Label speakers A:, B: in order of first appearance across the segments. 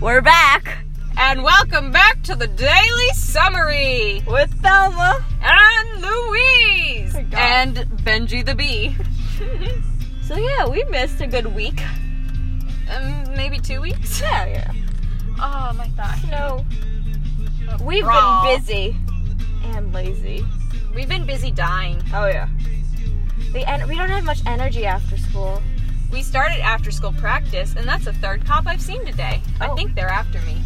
A: We're back
B: And welcome back to the Daily Summary
A: with Thelma.
B: and Louise
A: My God.
B: and Benji the Bee.
A: So yeah, we missed a good week.
B: um, maybe two weeks?
A: Yeah, yeah.
B: Oh my gosh.
A: No, we've
B: Raw.
A: been busy and lazy.
B: We've been busy dying.
A: Oh yeah. The en- we don't have much energy after school.
B: We started after school practice, and that's the third cop I've seen today. I
A: Oh.
B: think they're after me.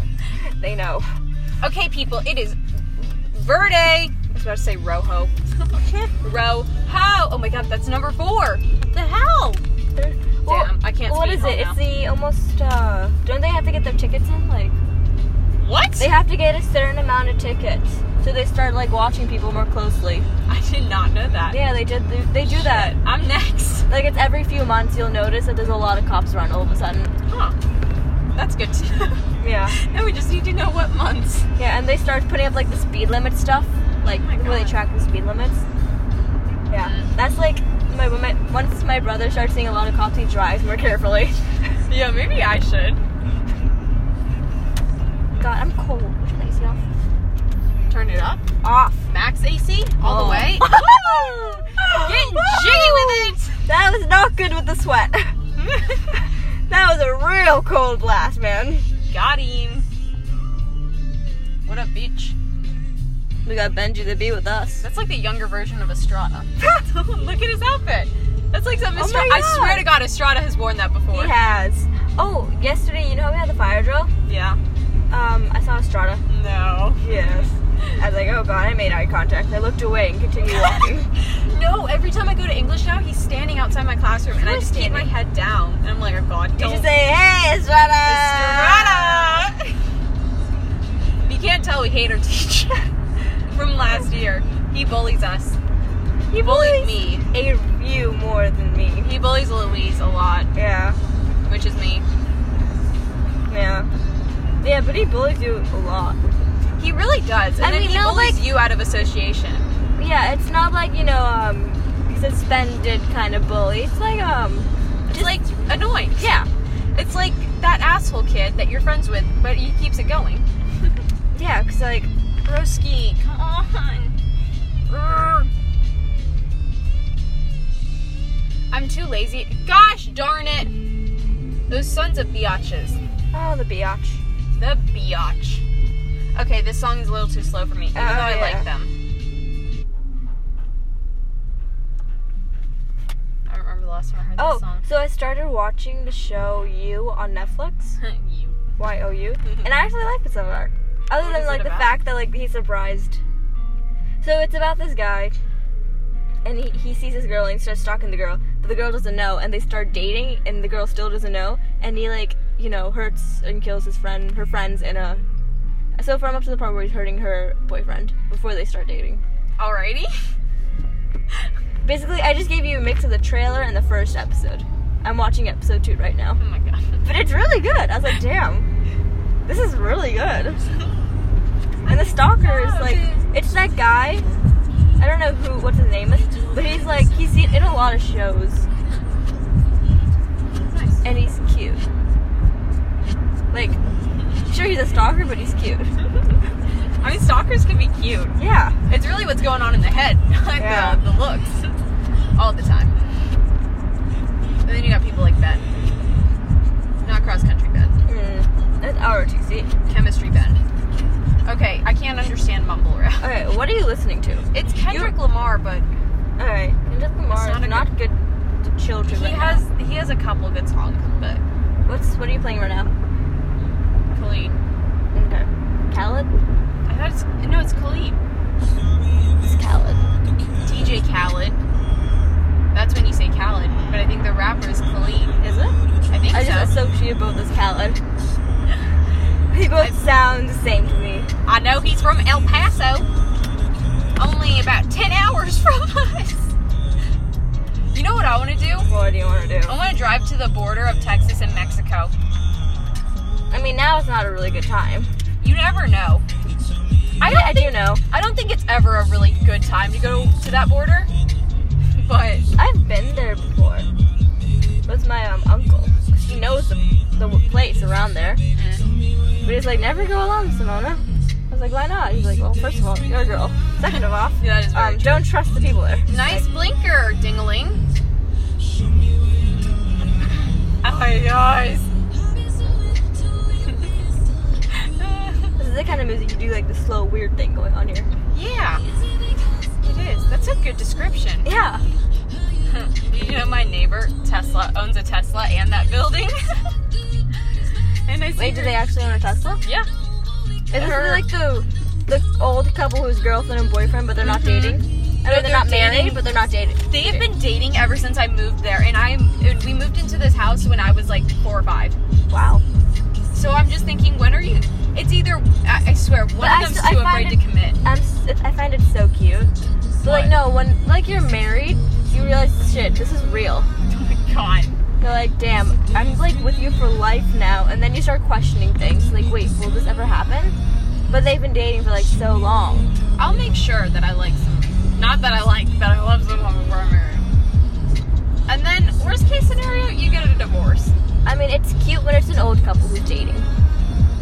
A: they know.
B: Okay, people, it is Verde. I was about to say Rojo. Rojo. Oh my god, that's number four. What the hell?
A: Well,
B: Damn, I can't
A: What
B: speak
A: is it?
B: right
A: It's the almost. uh Don't they have to get their tickets in? Like
B: What?
A: they have to get a certain amount of tickets, so they start like watching people more closely.
B: I did not know that.
A: Yeah, they did. They, they do that.
B: I'm next.
A: Like it's every few months you'll notice that there's a lot of cops around all of a sudden.
B: Huh. That's good to
A: Yeah.
B: Now we just need to know what months.
A: Yeah, and they start putting up like the speed limit stuff, like
B: Oh my
A: where they
B: God.
A: track the speed limits. Yeah,
B: Mhm.
A: that's like my, when my once my brother starts seeing a lot of cops, he drives more carefully.
B: Yeah, maybe I should.
A: God, I'm cold. Which one is off?
B: Turn it up.
A: Off
B: Max AC all
A: Oh.
B: the way. Getting jiggy with
A: That was not good with the sweat.
B: it.
A: That was a real cold blast, man.
B: Got him. What up, bitch?
A: We got Benji the bee with us.
B: That's like the younger version of Estrada. Look at his outfit. That's like something
A: Oh
B: Estrada.
A: my
B: I
A: God.
B: swear to God, Estrada has worn that
A: He
B: before.
A: has. Oh, yesterday, you know how we had the fire drill?
B: Yeah.
A: Um, I saw Estrada.
B: No.
A: Yes. I was like, oh god, I made eye contact. I looked away and continued walking.
B: No, every time I go to English now, he's standing outside my classroom and I
A: course
B: just keep my
A: standing.
B: head down. And I'm like, oh God,
A: you
B: don't.
A: should say, hey, Estrada!
B: Estrada! you can't tell we hate our teacher from last year. He bullies us.
A: He
B: Bullied me.
A: A few more than me.
B: He bullies Louise a lot,
A: Yeah,
B: which is me.
A: yeah. Yeah, but he bullies you a lot.
B: He really does. And
A: I
B: then
A: mean,
B: he
A: no,
B: bullies
A: like-
B: you out of association.
A: Yeah, it's not like, you know, um, suspended kind of bully. It's like, um,
B: It's like annoying.
A: yeah.
B: It's like that asshole kid that you're friends with, but he keeps it going.
A: Yeah, because, like,
B: Broski, come on. Urgh. I'm too lazy. Gosh darn it. Those sons of biatches.
A: oh, the biatch.
B: The biatch. Okay, this song is a little too slow for me, even
A: Oh,
B: though I
A: yeah.
B: like them. I don't remember the last time I heard
A: Oh,
B: this song.
A: so I started watching the show You on Netflix.
B: you.
A: Y O U. And I actually like this seminar. Other
B: What is
A: than
B: it
A: like the
B: about?
A: fact that like he's surprised. So it's about this guy and he, he sees this girl and he starts stalking the girl, but the girl doesn't know and they start dating and the girl still doesn't know and he like, you know, hurts and kills his friend her friends in a so far I'm up to the part where he's hurting her boyfriend before they start dating.
B: Alrighty.
A: Basically I just gave you a mix of the trailer and the first episode. I'm watching episode two right now.
B: Oh my god.
A: But it's really good. I was like, damn, this is really good. And the stalker is like, it's that guy. I don't know who, what his name is, but he's like, he's in a lot of shows,
B: Nice.
A: and he's cute. Like, sure he's a stalker, but he's cute.
B: I mean, stalkers can be cute.
A: Yeah.
B: It's really what's going on in the head, not
A: Yeah.
B: the, the looks. All the time. And then you got people like Ben. Not cross country Ben.
A: Mm, that's ROTC.
B: Chemistry Ben. Okay, I can't understand mumble rap.
A: Okay, what are you listening to?
B: It's Kendrick Lamar, but
A: Alright, Kendrick Lamar
B: not
A: is
B: a
A: not good to
B: he
A: children right now.
B: has he has a couple good songs, but
A: What's, what are you playing right now?
B: Khalid.
A: Okay. Khaled?
B: I thought it's no, it's Khalid.
A: It's Khaled.
B: DJ Khaled. That's when you say Khaled, but I think the rapper is Khalid.
A: Is it?
B: I think
A: I
B: so.
A: just associate both as Khaled. They both sound the same to me.
B: I know he's from El Paso, only about 10 hours from us. You know what I want to do?
A: What do you want to do?
B: I want to drive to the border of Texas and Mexico.
A: I mean, now it's not a really good time.
B: You never know. I
A: I,
B: don't,
A: I
B: think,
A: do know.
B: I don't think it's ever a really good time to go to that border, but
A: I've been there before with my um, uncle. He knows the, the place around down there. But he's like, never go alone, Simona. I was like, why not? He's like, well, first of all, you're a girl. Second of all,
B: Yeah, that is very
A: um,
B: true.
A: don't trust the people there.
B: Nice blinker, dingaling. Ay, guys.
A: This is the kind of music you do, like the slow, weird thing going on here.
B: yeah, it is. That's a good description.
A: Yeah.
B: you know, my neighbor Tesla owns a Tesla and that building. and I see
A: Wait,
B: her-
A: do they actually own a Tesla?
B: Yeah.
A: Is this
B: Her-
A: like the the old couple whose girlfriend and boyfriend, but they're not
B: Mhm.
A: dating? I
B: No,
A: mean,
B: they're
A: Mm-hmm. they're not
B: dating.
A: married, but they're not dating.
B: They have been dating ever since I moved there, and I'm. and We moved into this house when I was like four or five.
A: Wow.
B: So I'm just thinking, when are you? It's either I, I swear one
A: I
B: of them's
A: s- I
B: too
A: find
B: afraid to
A: it-
B: commit.
A: I'm, s- it- I find it so cute. But
B: What?
A: like, no, when like you're married, you realize shit, this is real.
B: Oh my god.
A: You're like, damn, I'm like with you for life now, and then you start questioning things. Like, wait, will this ever happen? But they've been dating for like so long.
B: I'll make sure that I like some. Not that I like, that I love someone before I'm married. And then, worst case scenario, you get a divorce.
A: I mean, it's cute when it's an old couple who's dating,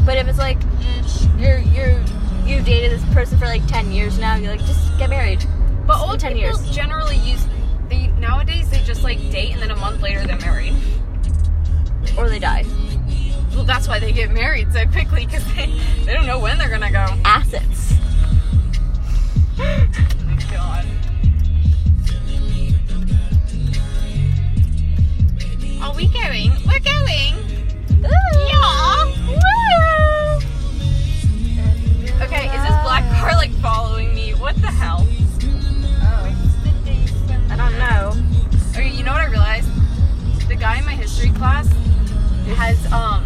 A: but if it's like
B: Mm.
A: you're you're you've dated this person for like ten years now, you're like, just get married.
B: But old
A: 10
B: people
A: years.
B: generally use. They nowadays they just like date and then a month later they're married.
A: or they die.
B: Well, that's why they get married so quickly because they they don't know when they're gonna go.
A: Assets.
B: Oh my god. Are we going? We're going. Yeah. Woo. Okay, is this black car like following me? What the hell?
A: I don't know.
B: Okay, you know what I realized? The guy in my history class has um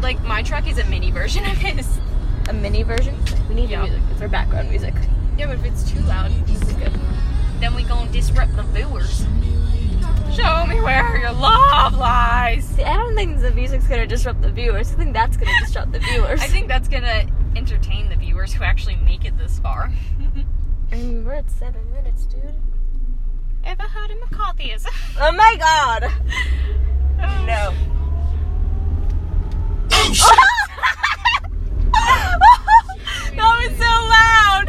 B: like my truck is a mini version of his.
A: A mini version. We need
B: Yeah.
A: the music. It's our background music.
B: Yeah, but if it's too loud,
A: This is good.
B: then we gonna disrupt the viewers. Show me where your love lies.
A: See, I don't think the music's gonna disrupt the viewers. I think that's gonna disrupt the viewers.
B: I think that's gonna entertain the viewers who actually make it this far.
A: I mean, we're at seven minutes, dude.
B: Ever heard of McCarthyism?
A: Oh my god! No.
B: that was so loud.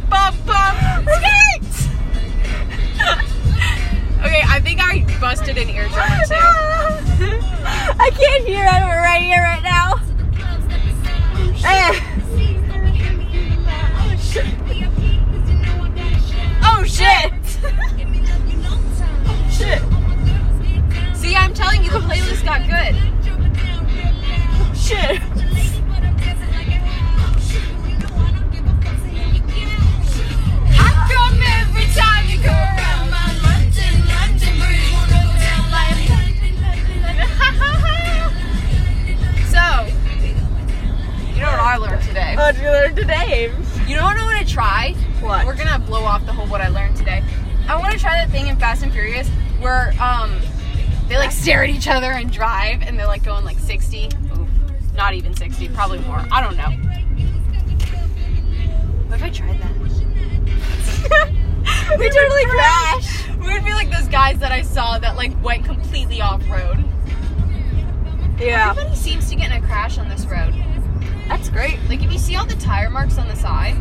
B: bump bump. Skate. okay, I think I busted an eardrum too.
A: I can't hear it. We're right here, right now. Eh. Oh shit! Shit!
B: See, I'm telling you, the playlist got good.
A: Shit!
B: I come every time you go around. So, you know what I learned today?
A: What did you learn today?
B: You know what I want to try?
A: What?
B: We're gonna blow off the whole what I learned today. I want to try that thing in Fast and Furious where um they like stare at each other and drive, and they're like going like 60. Oof, not even 60, probably more. I don't know. What if I tried that?
A: we totally crashed.
B: we would be like those guys that I saw that like went completely off road.
A: Yeah.
B: Everybody seems to get in a crash on this road.
A: That's great.
B: Like if you see all the tire marks on the side,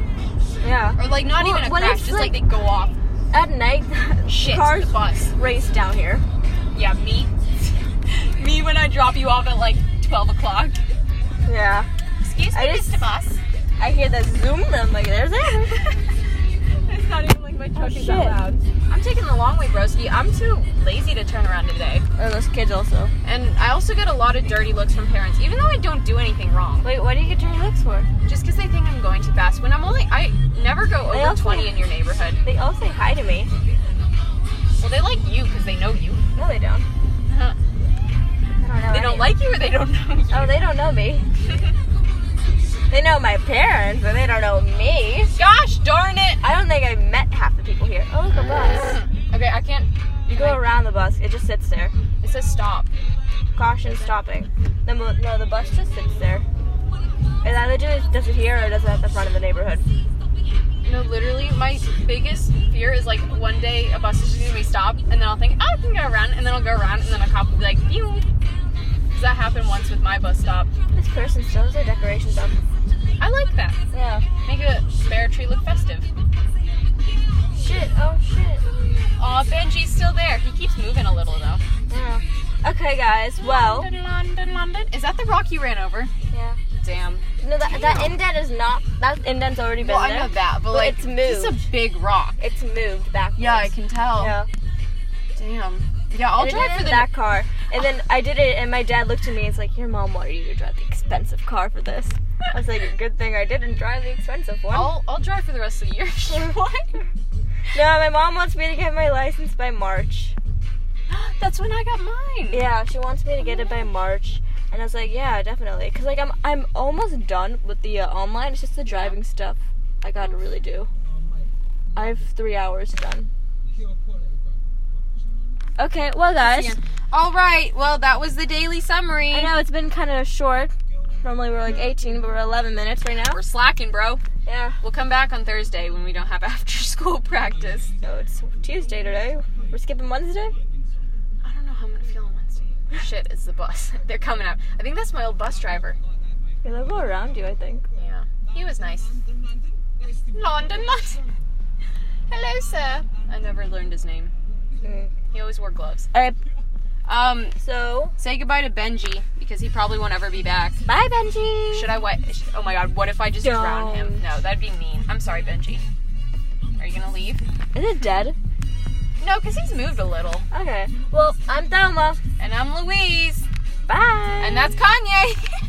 A: Yeah.
B: or like not
A: Well,
B: even a
A: when
B: crash,
A: it's,
B: just like,
A: like-
B: they go off.
A: At night,
B: Shit,
A: cars
B: the bus.
A: race down here.
B: Yeah, me. me when I drop you off at like 12 o'clock.
A: Yeah.
B: Excuse me,
A: I just-
B: Mr. Bus.
A: I hear that zoom, and I'm like, there's it.
B: it's not even like my truck is
A: shit.
B: that loud. Oh, I'm taking the long way, broski. I'm too lazy to turn around today.
A: Oh, those kids also.
B: And I also get a lot of dirty looks from parents, even though I don't do anything wrong.
A: Wait, what do you get dirty looks for?
B: Just because they think I'm going too fast. When I'm only, I never go
A: They
B: over
A: also-
B: 20 in your neighborhood.
A: They all say hi to me.
B: Well, they like you because they know you.
A: No, they don't. I don't know.
B: They don't
A: anyone.
B: like you or they don't know you.
A: Oh, they don't know me. They know my parents, but they don't know me.
B: Gosh darn it!
A: I don't think I've met half the people here. Oh, look, a bus.
B: okay, I can't.
A: You go around the bus, it just sits there.
B: It says stop.
A: Caution stopping. The, mo- no, the bus just sits there. It either just does it here or it does it at the front of the neighborhood.
B: No, literally, my biggest fear is like one day a bus is just gonna be stopped, and then I'll think, oh, I can go around, and then I'll go around, and then a cop will be like, pew. 'Cause that happened once with my bus stop.
A: This person still has their decorations up.
B: I like that.
A: Yeah.
B: Make a bear tree look festive.
A: Shit. Oh shit.
B: Aw, Benji's still there. He keeps moving a little though.
A: Yeah. Okay, guys. Well.
B: London, London, London. Is that the rock you ran over?
A: Yeah.
B: Damn.
A: No, that, that indent is not. That indent's already been
B: Well, I
A: there.
B: know that, but,
A: But
B: like,
A: it's
B: this is a
A: moved.
B: big rock.
A: It's moved backwards.
B: Yeah, I can tell.
A: Yeah.
B: Damn. Yeah, I'll
A: And it
B: drive
A: did
B: for
A: in
B: the.
A: that car. And then I did it, and my dad looked at me and was like, Your mom wanted you to drive the expensive car for this. I was like, Good thing I didn't drive the expensive one.
B: I'll I'll drive for the rest of the year if you want.
A: No, my mom wants me to get my license by March.
B: That's when I got mine.
A: Yeah, she wants me to get it by March. And I was like, Yeah, definitely. Because, like, I'm, I'm almost done with the uh, online. It's just the driving stuff I gotta really do. I have three hours done. Okay, well, guys.
B: All right. Well, that was the daily summary.
A: I know it's been kind of short. Normally we're like 18, but we're 11 minutes right now.
B: We're slacking, bro.
A: Yeah.
B: We'll come back on Thursday when we don't have after school practice.
A: So it's Tuesday today. We're skipping Wednesday.
B: I don't know how I'm gonna feel on Wednesday. Shit, it's the bus. They're coming out. I think that's my old bus driver.
A: Yeah, they'll go around you, I think.
B: Yeah. He was nice. London, London. Hello, sir. I never learned his name.
A: Mm.
B: He always wore gloves.
A: All right.
B: Um,
A: So
B: say goodbye to Benji because he probably won't ever be back.
A: bye, Benji.
B: Should I what? Oh my god, what if I just drown him?
A: Don't.
B: No, that'd be mean. I'm sorry, Benji. Are you gonna leave?
A: Is it dead?
B: No, because he's moved a little.
A: Okay. Well, I'm Thelma.
B: And I'm Louise.
A: Bye.
B: And that's Kanye.